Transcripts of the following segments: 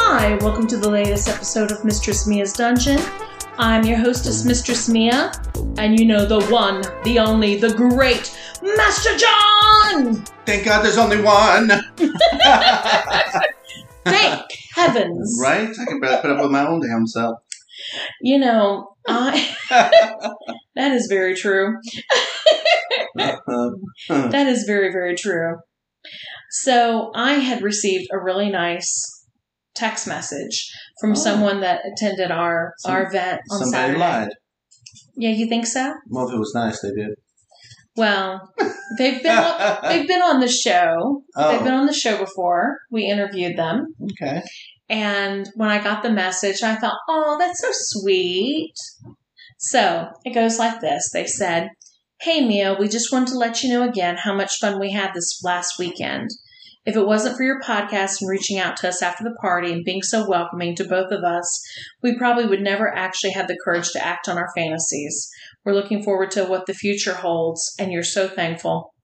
Hi, welcome to the latest episode of Mistress Mia's Dungeon. I'm your hostess, Mistress Mia, and you know the one, the only, the great Master John! Thank God there's only one. Thank heavens! right? I can barely put up with my own damn self. You know, I. that is very true. Uh, That is very, very true. So I had received a really nice text message from Oh. someone that attended our Some- our event on Somebody Saturday. lied. Yeah, you think so? Well, if it was nice, they did. Well, they've been on, they've been on the show. They've been oh, on the show before. We interviewed them, okay. and when I got the message, I thought, "Oh, that's so sweet." So it goes like this: They said, "Hey Mia, we just wanted to let you know again how much fun we had this last weekend. If it wasn't for your podcast and reaching out to us after the party and being so welcoming to both of us, we probably would never actually have the courage to act on our fantasies. We're looking forward to what the future holds, and you're so thankful.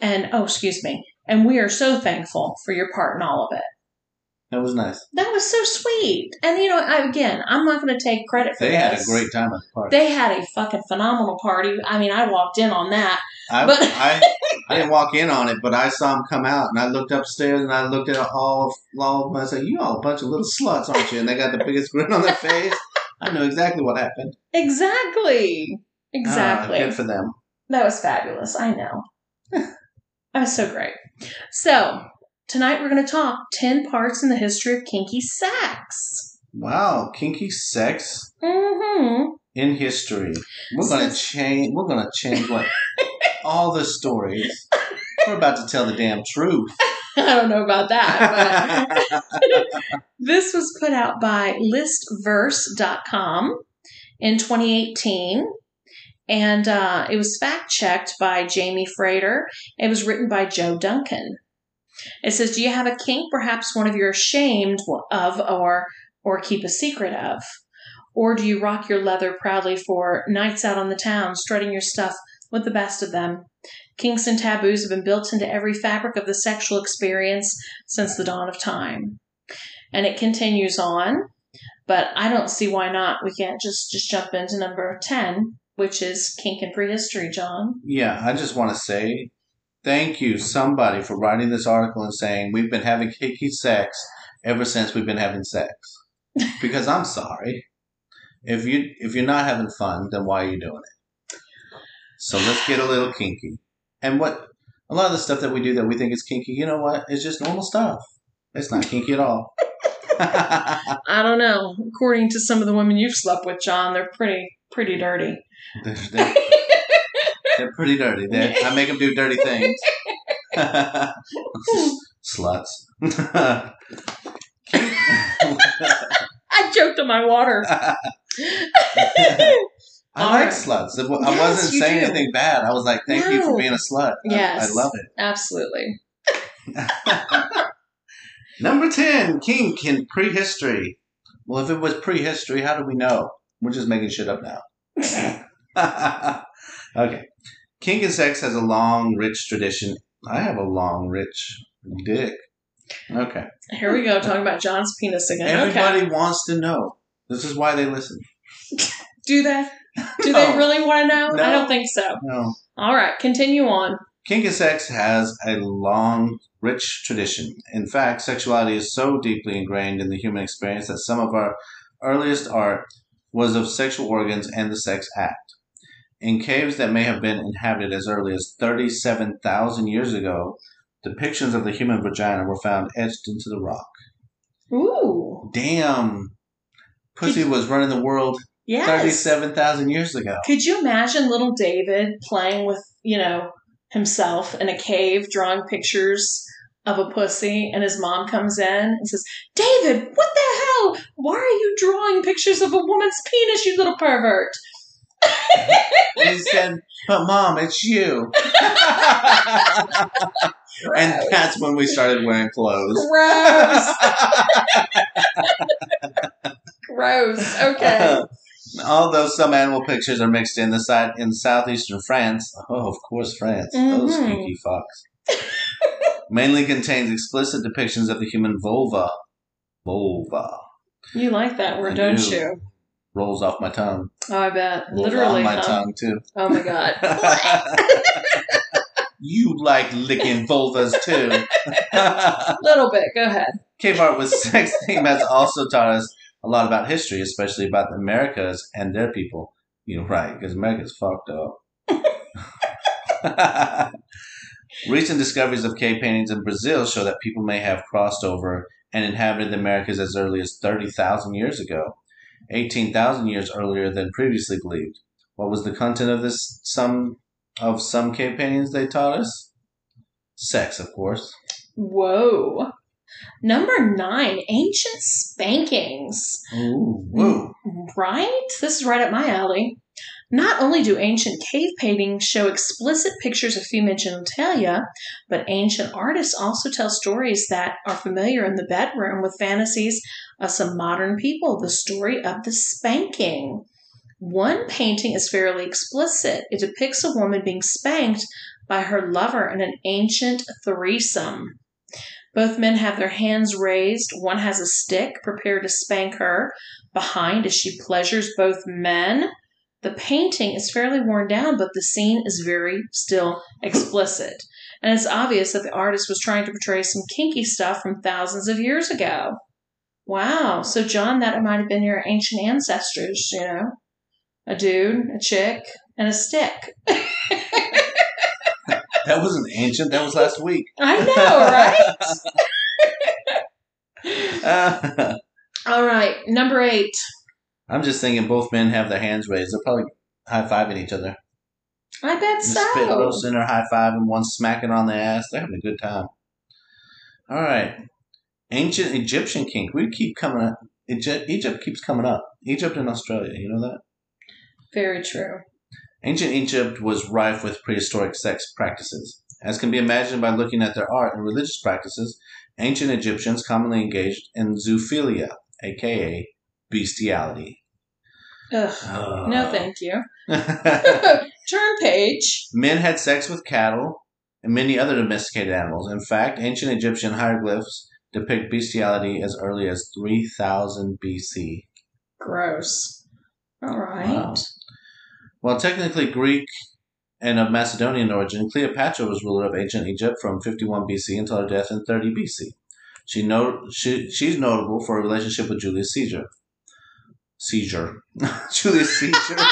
And oh, excuse me. And we are so thankful for your part in all of it. That was nice. That was so sweet. And you know, I, again, I'm not going to take credit for They had a this. great time at the party. They had a fucking phenomenal party. I mean, I walked in on that. I, but- I, I didn't walk in on it, but I saw him come out, and I looked upstairs, and I looked at all of, all of them. I said, "You all a bunch of little sluts, aren't you?" And they got the biggest grin on their face. I knew exactly what happened. Exactly. Ah, Exactly. good for them. That was fabulous. I know. that was so great. So, tonight we're going to talk 10 parts in the history of kinky sex. Wow, kinky sex hmm in history. We're gonna change. We're gonna change what all the stories. We're about to tell the damn truth. I don't know about that, but this was put out by listverse.com in 2018. And uh, it was fact checked by Jamie Frater. It was written by Joe Duncan. It says, Do you have a kink, perhaps one of you're ashamed of or, or keep a secret of? Or do you rock your leather proudly for nights out on the town, strutting your stuff with the best of them? Kinks and taboos have been built into every fabric of the sexual experience since the dawn of time. And it continues on, but I don't see why not. We can't just, just jump into number 10, which is kink and prehistory, John. yeah, I just want to say thank you, somebody, for writing this article and saying we've been having kinky sex ever since we've been having sex. Because I'm sorry, if you if you're not having fun, then why are you doing it? So let's get a little kinky. And what a lot of the stuff that we do that we think is kinky, you know what? It's just normal stuff. It's not kinky at all. I don't know. According to some of the women you've slept with, John, they're pretty pretty dirty. They're, they're, they're pretty dirty. They're, I make them do dirty things. Sluts. I joked on my water. I All like right. sluts. I wa- Yes, I wasn't you saying do. anything bad. I was like, thank you No. for being a slut. I- Yes. I, love it. Absolutely. Number 10, kink in prehistory. Well, if it was prehistory, how do we know? We're just making shit up now. okay. Kink and sex has a long, rich tradition. I have a long, rich dick. Okay. Here we go, talking about John's penis again. Everybody Okay. wants to know. This is why they listen. Do they? Do they No. really want to know? No. I don't think so. No. All right, continue on. Kink and sex has a long, rich tradition. In fact, sexuality is so deeply ingrained in the human experience that some of our earliest art was of sexual organs and the sex act. In caves that may have been inhabited as early as 37,000 years ago, depictions of the human vagina were found etched into the rock. Ooh. Damn. Pussy was running the world Yes. 37,000 years ago. Could you imagine little David playing with, you know, himself in a cave, drawing pictures of a pussy, and his mom comes in and says, David, what the hell? Why are you drawing pictures of a woman's penis, you little pervert? And he said, But mom, it's you. and that's when we started wearing clothes. Gross. Gross. Okay. Although some animal pictures are mixed in the side in southeastern France, oh, of course, France, those Mhm. kinky fox, mainly contains explicit depictions of the human vulva. Vulva You like that word, I don't do. you? rolls off my tongue. Oh, I bet. Rolls Literally. off my huh? tongue too. Oh my god. you like licking vulvas too. Little bit. Go ahead. Cave art with sex theme has also taught us a lot about history, especially about the Americas and their people. You're right, because America's fucked up. Recent discoveries of cave paintings in Brazil show that people may have crossed over and inhabited the Americas as early as 30,000 years ago, 18,000 years earlier than previously believed. What was the content of this some of some cave paintings they taught us? Sex, of course. Whoa. Number nine, ancient spankings. Ooh, woo. Right? This is right up my alley. Not only do ancient cave paintings show explicit pictures of female genitalia, but ancient artists also tell stories that are familiar in the bedroom with fantasies of some modern people. The story of the spanking. One painting is fairly explicit. It depicts a woman being spanked by her lover in an ancient threesome. Both men have their hands raised. One has a stick prepared to spank her behind as she pleasures both men. The painting is fairly worn down, but the scene is very still explicit. And it's obvious that the artist was trying to portray some kinky stuff from thousands of years ago. Wow. So, John, that might have been your ancient ancestors, you know? A dude, a chick, and a stick. That wasn't ancient. That was last week. I know, right? Uh, All right, number eight. I'm just thinking both men have their hands raised. They're probably high fiving each other. I bet And Spit so. roasting or high fiving, one smacking on the ass. They're having a good time. All right. Ancient Egyptian kink. We keep coming up. Egypt, Egypt keeps coming up. Egypt and Australia. You know that? Very true. Ancient Egypt was rife with prehistoric sex practices. As can be imagined by looking at their art and religious practices, ancient Egyptians commonly engaged in zoophilia, aka bestiality. Ugh. No, Ugh. thank you. Men Turn page. had sex with cattle and many other domesticated animals. In fact, ancient Egyptian hieroglyphs depict bestiality as early as 3000 BC. Gross. All right. Wow. While technically Greek and of Macedonian origin, Cleopatra was ruler of ancient Egypt from 51 BC until her death in 30 BC. She no, she, she's notable for her relationship with Julius Caesar. Caesar. Julius Caesar.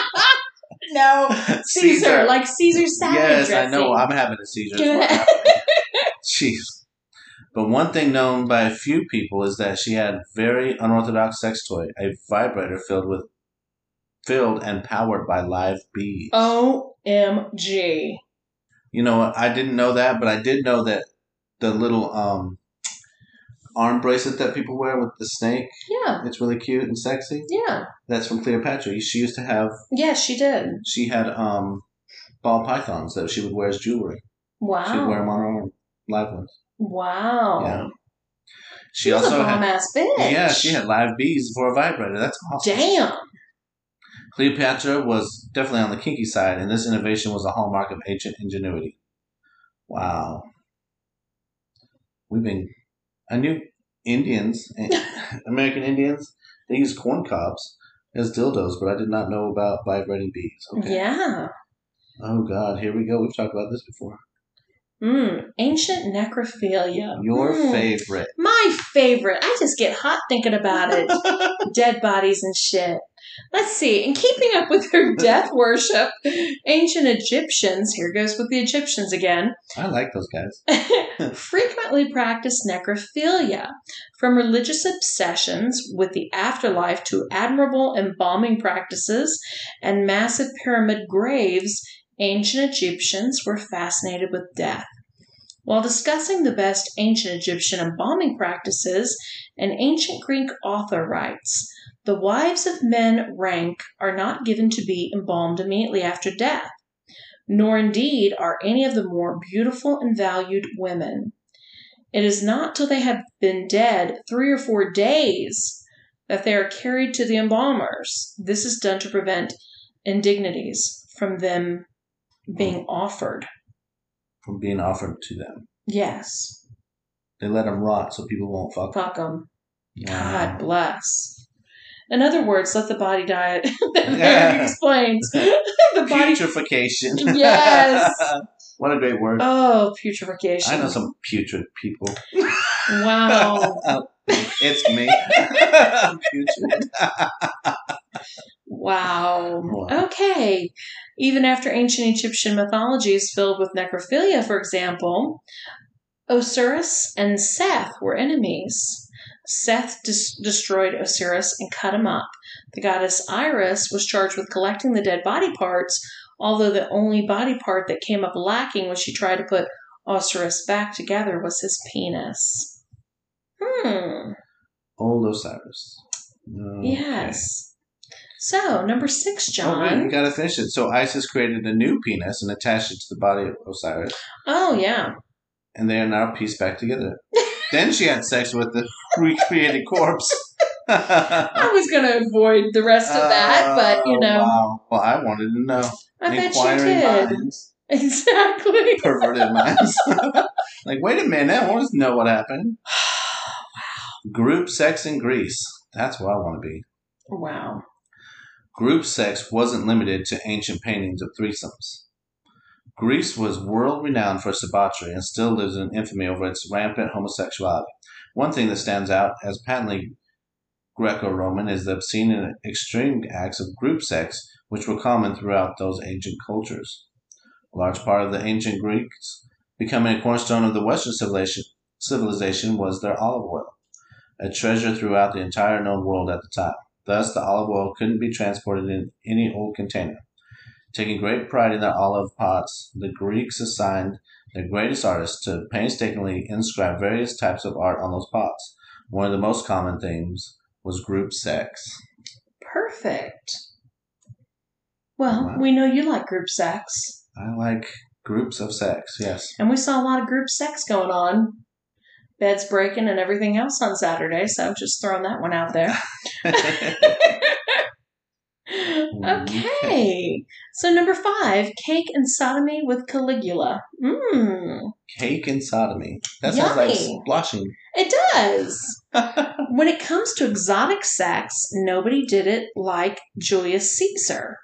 No, Caesar, like Caesar salad Yes, dressing. I know. I'm having a seizure. as well. Jeez. But one thing known by a few people is that she had a very unorthodox sex toy, a vibrator filled with filled and powered by live bees. Oh. Omg. You know what? I didn't know that, but I did know that the little um arm bracelet that people wear with the snake, Yeah, it's really cute and sexy. yeah, That's from Cleopatra. She used to have yeah. She did. she had um ball pythons that she would wear as jewelry. She'd wear Wow. them on her arm. Live ones. Wow. Yeah. She She was a also bomb had ass bitch. Yeah, she had live bees for a vibrator. That's awesome. Damn. Cleopatra was definitely on the kinky side, and this innovation was a hallmark of ancient ingenuity. Wow. We've been. I knew Indians, eh, American Indians, they use corn cobs as dildos, but I did not know about vibrating bees. Okay. Yeah. Oh, God. Here we go. We've talked about this before. Mm. Ancient necrophilia. Your Mm. favorite. My favorite. I just get hot thinking about it. Dead bodies and shit. Let's see. In keeping up with their death worship, ancient Egyptians, here goes with the Egyptians again, I like those guys. frequently practiced necrophilia, from religious obsessions with the afterlife to admirable embalming practices and massive pyramid graves. Ancient Egyptians were fascinated with death. While discussing the best ancient Egyptian embalming practices, an ancient Greek author writes The wives of men rank are not given to be embalmed immediately after death nor indeed are any of the more beautiful and valued women. It is not till they have been dead three or four days that they are carried to the embalmers. This is done to prevent indignities from them being offered. from being offered to them. Yes. They let them rot so people won't fuck. Fuck them. God Wow. bless. In other words, let the body die. Yeah. Eric explains. the body. Putrefaction. Yes. what a great word. Oh, putrefaction. I know some putrid people. Wow. It's me. putrid. Wow. Wow. Okay. Even after ancient Egyptian mythology is filled with necrophilia, for example, Osiris and Seth were enemies. Seth des- destroyed Osiris and cut him up. The goddess Iris was charged with collecting the dead body parts, although the only body part that came up lacking when she tried to put Osiris back together was his penis. Hmm. Old Osiris. Okay. Yes. So, number six, Oh, wait, we John. gotta finish it. So Isis created a new penis and attached it to the body of Osiris, Oh, yeah. and they are now pieced back together. then she had sex with the recreated corpse. I was going to avoid the rest of that, but you Oh, know, wow. Well, I wanted to know. I bet she Inquiring did. minds, Exactly. perverted minds. like, wait a minute, I want to know what happened. Group sex in Greece. That's where I want to be. Wow. Group sex wasn't limited to ancient paintings of threesomes. Greece was world renowned for debauchery and still lives in infamy over its rampant homosexuality. One thing that stands out as patently Greco Roman is the obscene and extreme acts of group sex, which were common throughout those ancient cultures. A large part of the ancient Greeks, becoming a cornerstone of the Western civilization, civilization was their olive oil, a treasure throughout the entire known world at the time. Thus, the olive oil couldn't be transported in any old container. Taking great pride in their olive pots, the Greeks assigned their greatest artists to painstakingly inscribe various types of art on those pots. One of the most common themes was group sex. Perfect. Well, Wow. we know you like group sex, I like groups of sex, yes. and we saw a lot of group sex going on. Beds breaking and everything else on Saturday, so just throwing that one out there. okay. So, number five cake and sodomy with Caligula. Mmm. Cake and sodomy. That sounds like Yummy. splashing. It does. when it comes to exotic sex, nobody did it like Julius Caesar,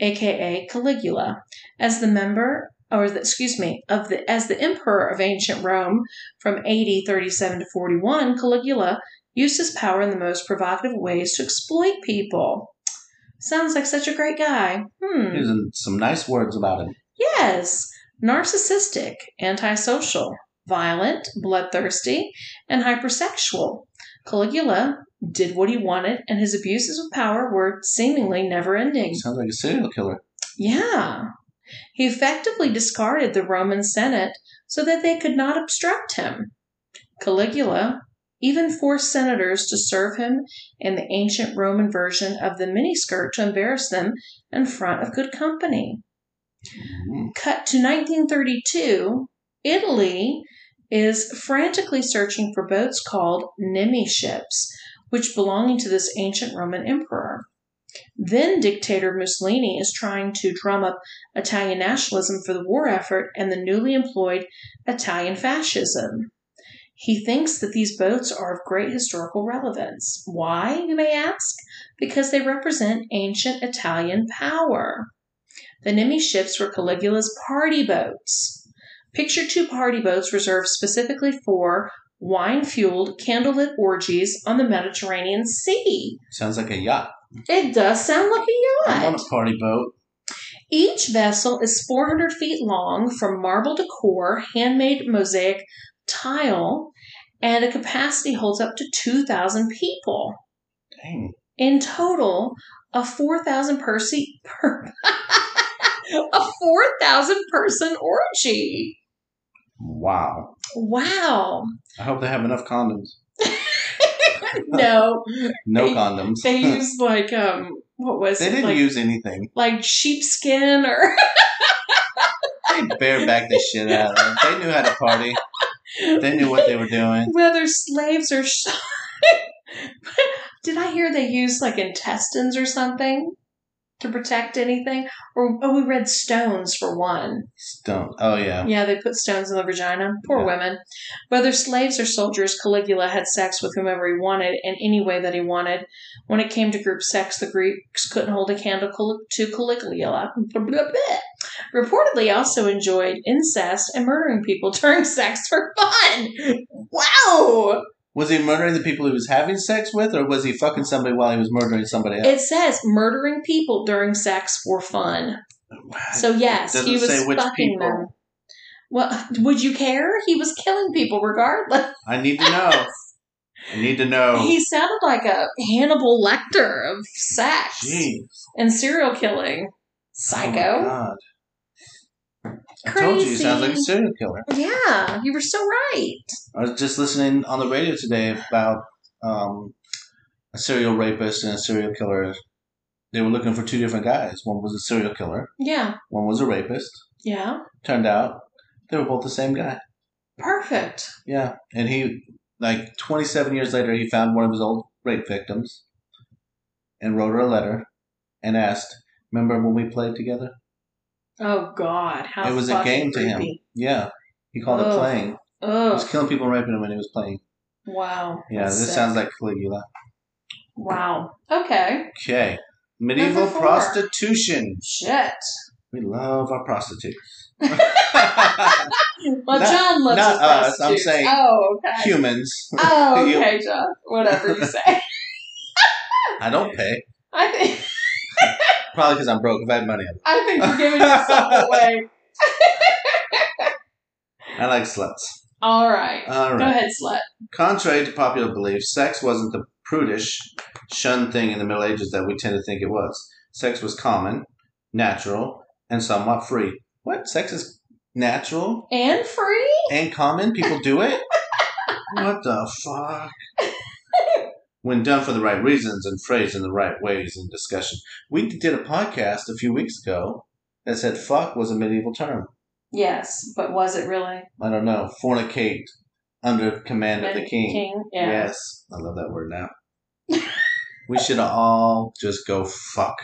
aka Caligula, as the member or the, excuse me, of the as the emperor of ancient Rome from AD 37 to 41, Caligula used his power in the most provocative ways to exploit people. Sounds like such a great guy. Hmm. Here's some nice words about him. Yes, narcissistic, antisocial, violent, bloodthirsty, and hypersexual. Caligula did what he wanted, and his abuses of power were seemingly never ending. Sounds like a serial killer. Yeah. He effectively discarded the Roman Senate so that they could not obstruct him. Caligula even forced senators to serve him in the ancient Roman version of the miniskirt to embarrass them in front of good company Mm. cut to 1932, Italy is frantically searching for boats called Nemi ships, which belonging to this ancient Roman emperor. Then dictator Mussolini is trying to drum up Italian nationalism for the war effort and the newly employed Italian fascism. He thinks that these boats are of great historical relevance. Why, you may ask? Because they represent ancient Italian power. The Nemi ships were Caligula's party boats. Picture two party boats reserved specifically for wine fueled candlelit orgies on the Mediterranean Sea. Sounds like a yacht. It does sound like a I'm yacht. on a party boat. Each vessel is 400 feet long from marble decor, handmade mosaic tile, and a capacity holds up to 2,000 people. Dang. In total, a 4,000 person per a 4,000 person orgy. Wow. Wow. I hope they have enough condoms. Uh, No, hmm. No They- condoms. they used like um what was They it? didn't like use anything. like sheepskin or They barebacked the shit out of them. They knew how to party. They knew what they were doing. whether slaves or sh- I hear they use like intestines or something to protect anything. Or oh, we read stones for one. Stone. Oh yeah. Yeah, they put stones in the vagina. Poor Yeah. women. Whether slaves or soldiers, Caligula had sex with whomever he wanted in any way that he wanted. When it came to group sex, the Greeks couldn't hold a candle Cali- to Caligula. Blah, blah, blah. Reportedly, also enjoyed incest and murdering people during sex for fun. Wow! Was he murdering the people he was having sex with, or was he fucking somebody while he was murdering somebody else? It says murdering people during sex for fun. So yes, doesn't he was say which fucking people. them. Well, would you care? He was killing people regardless. I need to know. I need to know. He sounded like a Hannibal Lecter of sex Jeez. and serial killing. Oh my Psycho. God. I told you he sounds like a Crazy. serial killer. yeah, you were so right. I was just listening on the radio today about um, a serial rapist and a serial killer. They were looking for two different guys. One was a serial killer. Yeah, One was a rapist. yeah, Turned out they were both the same guy. perfect. Yeah, and he like 27 years later, he found one of his old rape victims and wrote her a letter and asked, "Remember when we played together?" Oh God, how It was a fucking game to him. creepy. Yeah, he called it Ugh. playing. He was Ugh! killing people and raping them when he was playing. Wow. Yeah, That's this sick. sounds like Caligula. Wow. Okay. Okay, medieval Number four. prostitution. Shit. We love our prostitutes. Well, Not- John loves not his us, I'm prostitutes. saying Oh, okay. Humans. Oh, You- okay, John. Whatever you say. I don't pay. I think Probably because I'm broke. If I had money, I'd- I think you're giving yourself away. I like sluts. All right. All Go right. ahead, slut. Contrary to popular belief, sex wasn't the prudish, shunned thing in the Middle Ages that we tend to think it was. Sex was common, natural, and somewhat free. What? Sex is natural And free? and common? People do it? what the fuck? when done for the right reasons and phrased in the right ways in discussion. We did a podcast a few weeks ago that said fuck was a medieval term. Yes, but was it really? I don't know. Fornicate under command of the king. Yeah. Yes. I love that word now. we should all just go fuck.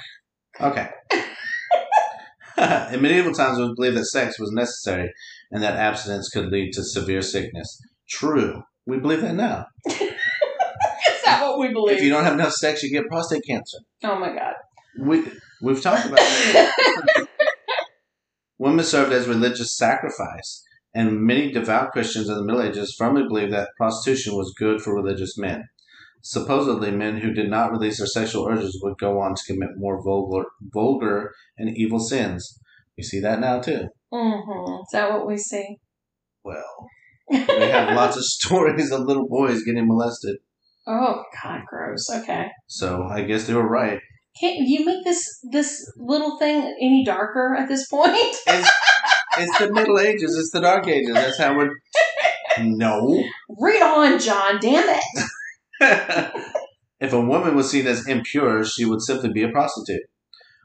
Okay. In medieval times, it was believed that sex was necessary and that abstinence could lead to severe sickness. True. We believe that now. Is that what we believe? If you don't have enough sex, you get prostate cancer. oh my God. We, we've talked about that. Women served as religious sacrifice, and many devout Christians in the Middle Ages firmly believed that prostitution was good for religious men. Supposedly, men who did not release their sexual urges would go on to commit more vulgar, vulgar and evil sins. We see that now, too. hmm Is that what we see? Well, we have lots of stories of little boys getting molested. Oh God, gross. Okay. So I guess they were right. Can't you make this this little thing any darker at this point? It's, it's the Middle Ages. It's the Dark Ages. That's how we're. No. Read on, John. Damn it. if a woman was seen as impure, she would simply be a prostitute,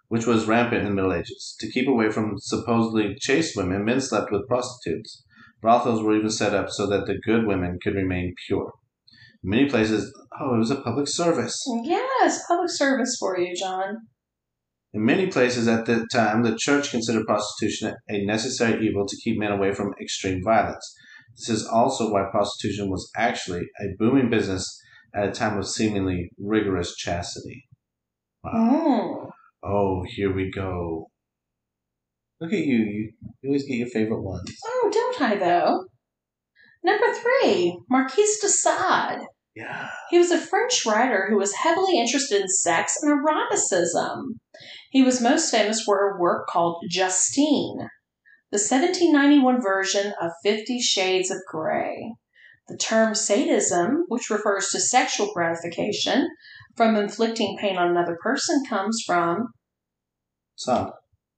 which was rampant in the Middle Ages. To keep away from supposedly chaste women, men slept with prostitutes. Brothels were even set up so that the good women could remain pure. In many places, oh, it was a public service. Yes, public service for you, John. In many places at that time, the church considered prostitution a necessary evil to keep men away from extreme violence. This is also why prostitution was actually a booming business at a time of seemingly rigorous chastity. Wow. Mm. Oh, here we go. Look at you. You you always get your favorite ones. Oh, don't I though? Number three, Marquis de Sade. Yeah. He was a French writer who was heavily interested in sex and eroticism. He was most famous for a work called Justine, the 1791 version of Fifty Shades of Grey. The term sadism, which refers to sexual gratification from inflicting pain on another person, comes from Sod.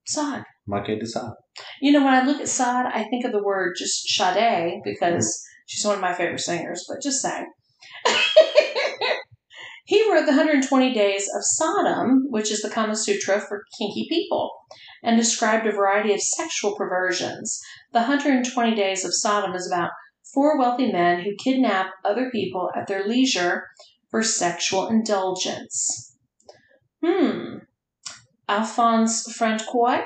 Sade. Marque de Sod. You know, when I look at Sade, I think of the word just Sade because she's one of my favorite singers, but just saying. he wrote the 120 Days of Sodom, which is the Kama Sutra for kinky people, and described a variety of sexual perversions. The 120 Days of Sodom is about four wealthy men who kidnap other people at their leisure for sexual indulgence. Hmm. Alphonse Francois,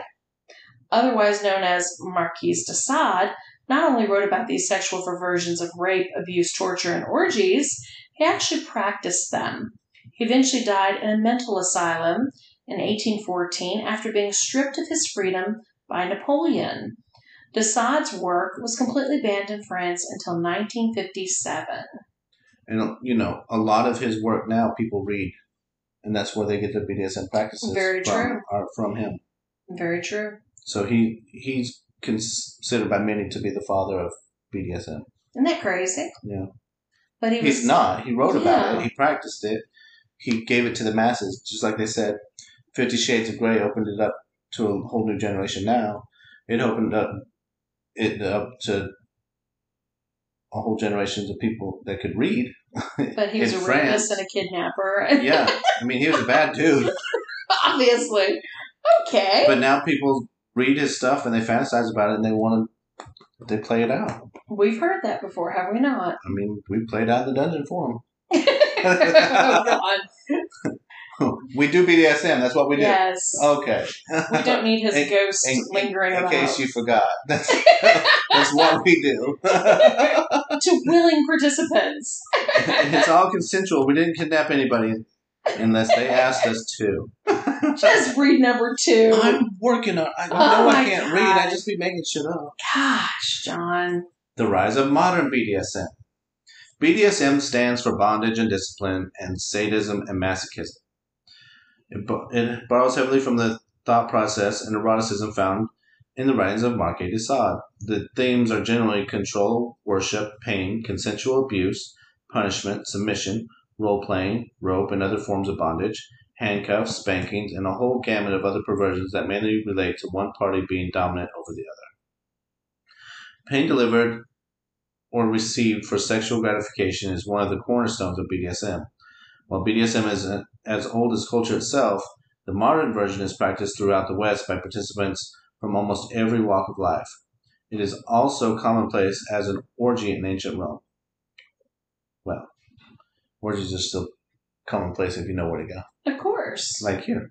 otherwise known as Marquis de Sade, not only wrote about these sexual perversions of rape, abuse, torture, and orgies, he actually practiced them. He eventually died in a mental asylum in 1814 after being stripped of his freedom by Napoleon. De Sade's work was completely banned in France until 1957. And, you know, a lot of his work now people read, and that's where they get their BDSM practices Very from, true. Are from him. Very true. So he he's considered by many to be the father of BDSM. Isn't that crazy? Yeah. But he was He's not. He wrote about Yeah. it. He practiced it. He gave it to the masses, just like they said. Fifty Shades of Grey opened it up to a whole new generation. Now it opened up it up to a whole generation of people that could read. But he was in a France. rapist and a kidnapper, Yeah, I mean he was a bad dude, obviously. Okay. but now people read his stuff and they fantasize about it and they want to they play it out. We've heard that before, have we not? I mean we played out the dungeon for him. oh, God. we do BDSM. That's what we do. Yes. Okay. We don't need his In- ghost in- lingering in about. case you forgot. That's, that's what we do. to willing participants. it's all consensual. We didn't kidnap anybody unless they asked us to. Just read number 2 I'm working on. I know Oh I my can't read. I God. just be making shit up. Gosh, John. The rise of modern BDSM. BDSM stands for bondage and discipline, and sadism and masochism. It, bo- it borrows heavily from the thought process and eroticism found in the writings of Marc de Sade. The themes are generally control, worship, pain, consensual abuse, punishment, submission, role playing, rope and other forms of bondage, handcuffs, spankings, and a whole gamut of other perversions that mainly relate to one party being dominant over the other. Pain delivered or received for sexual gratification is one of the cornerstones of BDSM. While BDSM is uh, as old as culture itself, the modern version is practiced throughout the West by participants from almost every walk of life. It is also commonplace as an orgy in ancient Rome. Well, orgies are still commonplace if you know where to go, Of course. like here.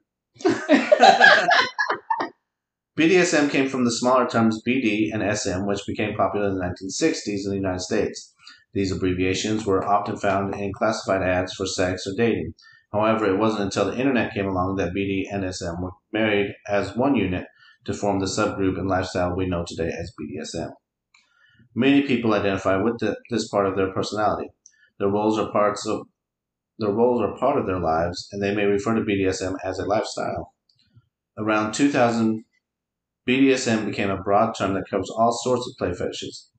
BDSM came from the smaller terms BD and SM, which became popular in the 1960s in the United States. These abbreviations were often found in classified ads for sex or dating. However, it wasn't until the internet came along that BD and SM were married as one unit to form the subgroup and lifestyle we know today as BDSM. Many people identify with the, this part of their personality. Their roles are parts of their roles are part of their lives, and they may refer to BDSM as a lifestyle. Around 2000, BDSM became a broad term that covers all sorts of play fetishes,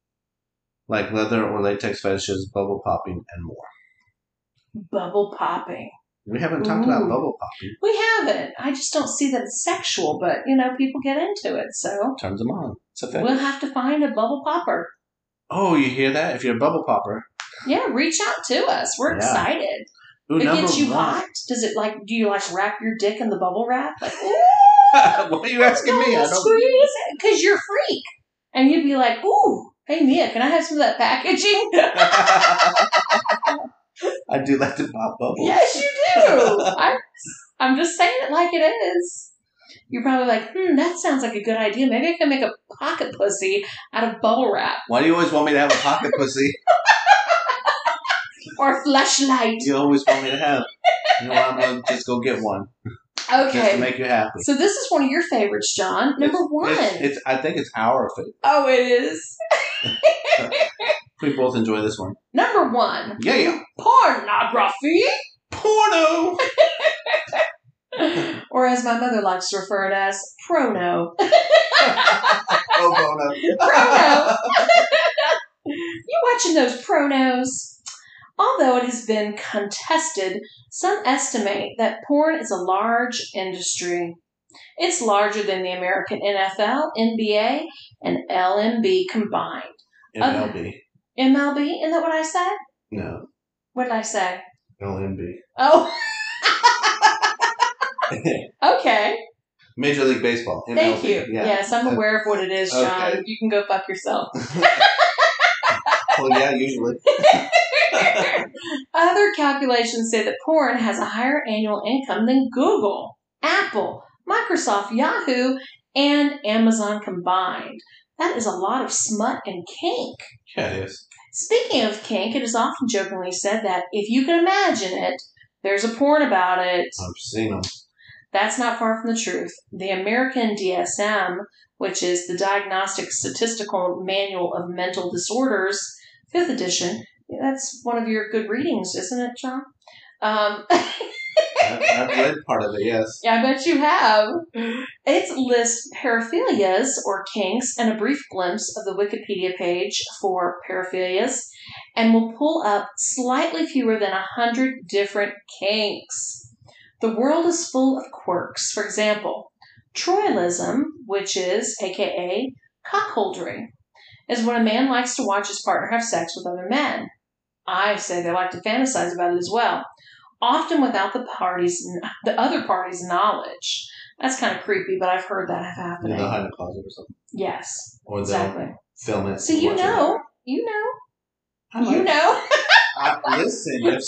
like leather or latex fetishes, bubble popping, and more. Bubble popping. We haven't talked about Ooh. bubble popping. We haven't. I just don't see that it's sexual, but, you know, people get into it, so Turns them on. It's a fetish. we'll have to find a bubble popper. Oh, you hear that? If you're a bubble popper, Yeah, reach out to us. We're Yeah. excited. ooh, it number gets you one. hot. Does it like? Do you like wrap your dick in the bubble wrap? Like, ooh, Why are you asking me? I don't. squeeze because you're a freak, and you'd be like, "Ooh, hey Mia, can I have some of that packaging?" I do like to pop bubbles. yes, you do. I'm, I'm just saying it like it is. You're probably like, "Hmm, that sounds like a good idea. Maybe I can make a pocket pussy out of bubble wrap Why do you always want me to have a pocket pussy? or a flashlight." You always want me to have. You know what? I'm gonna just go get one just to Okay. make you happy. So this is one of your favorites, John. Number one. It's, it's. I think it's our favorite. oh, it is. We both enjoy this one. Number one, Yeah, yeah. pornography. porno. or as my mother likes to refer it as, prono. Oh, bono. Prono! you watching those pronos? Although it has been contested, some estimate that porn is a large industry. It's larger than the American NFL, NBA, and LMB combined. MLB. MLB, isn't that what I said? No, What did I say? LMB. Oh, okay. Major League Baseball. MLB. Thank you. Yeah. Yes, I'm aware of what it is, John. Okay. You can go fuck yourself. Well, yeah, usually. Other calculations say that porn has a higher annual income than Google, Apple, Microsoft, Yahoo, and Amazon combined. That is a lot of smut and kink. Yeah, it is. Speaking of kink, it is often jokingly said that if you can imagine it, there's a porn about it. I've seen them. That's not far from the truth. The American DSM, which is the Diagnostic Statistical Manual of Mental Disorders, fifth edition, that's one of your good readings, isn't it, John? Um, I've, I've read part of it, yes. Yeah, I bet you have. It lists paraphilias or kinks and a brief glimpse of the Wikipedia page for paraphilias and will pull up slightly fewer than 100 different kinks. The world is full of quirks. For example, Troilism, which is aka cockholdry, is when a man likes to watch his partner have sex with other men. I say they like to fantasize about it as well often without the party's the other party's knowledge. That's kind of creepy, but I've heard that have You happened. know, they'll hide in the closet or something. Yes, Or they'll exactly. film it. So and you watch it. know, you know, I like you know. I, listen, if,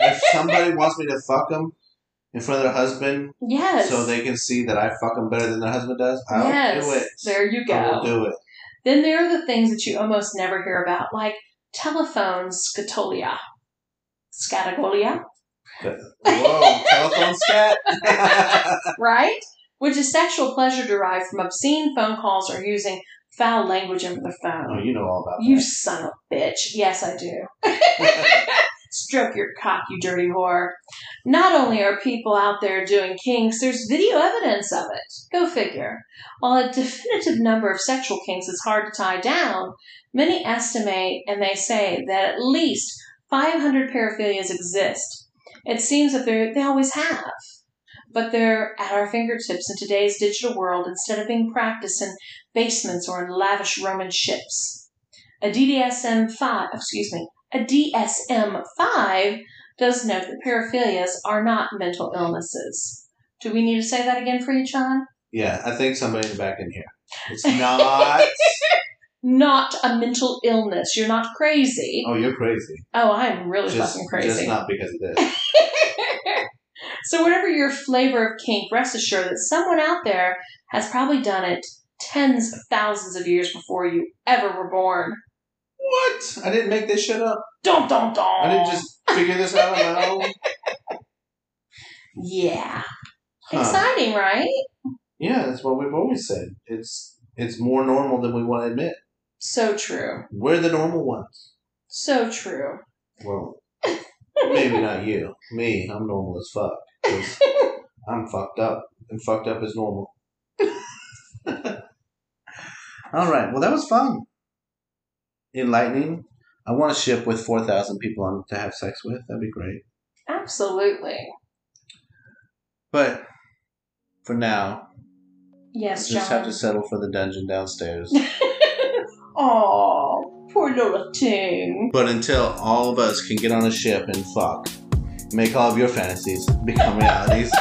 if somebody wants me to fuck them in front of their husband Yes. so they can see that I fuck them better than their husband does, I'll yes. do it. There you I go. will do it. Then there are the things that you almost never hear about, like telephone scatolia. Scatagolia, Whoa, telephone scat? right? Which is sexual pleasure derived from obscene phone calls or using foul language over the phone. oh, you know all about You son of a bitch. Yes, I do. Stroke your cock, you dirty whore. Not only are people out there doing kinks, there's video evidence of it. Go figure. While a definitive number of sexual kinks is hard to tie down, many estimate and they say that at least 500 paraphilias exist. It seems that they're- they always have. But they're at our fingertips in today's digital world instead of being practiced in basements or in lavish Roman ships a DDSM five, excuse me, a DSM five does note that paraphilias are not mental illnesses. Do we need to say that again for you, John? Yeah, I think somebody's back in here. It's not. Not a mental illness. You're not crazy. oh, you're crazy. Oh, I'm really Just, fucking just crazy. not because of this. so whatever your flavor of kink, rest assured that someone out there has probably done it tens of thousands of years before you ever were born. What? I didn't make this shit up. Don't, don't, don't. I didn't just figure this out on my own. Yeah. Huh. Exciting, right? Yeah, that's what we've always said. It's it's more normal than we want to admit. So true. We're the normal ones. So true. Well, maybe not you. Me, I'm normal as fuck. 'cause I'm fucked up, and fucked up is normal. All right. Well, that was fun. Enlightening. I want a ship with four thousand people on to have sex with. That'd be great. Absolutely. But for now, Yes, just John. have to settle for the dungeon downstairs. Oh, poor little thing. But until all of us can get on a ship and fuck, make all of your fantasies become realities.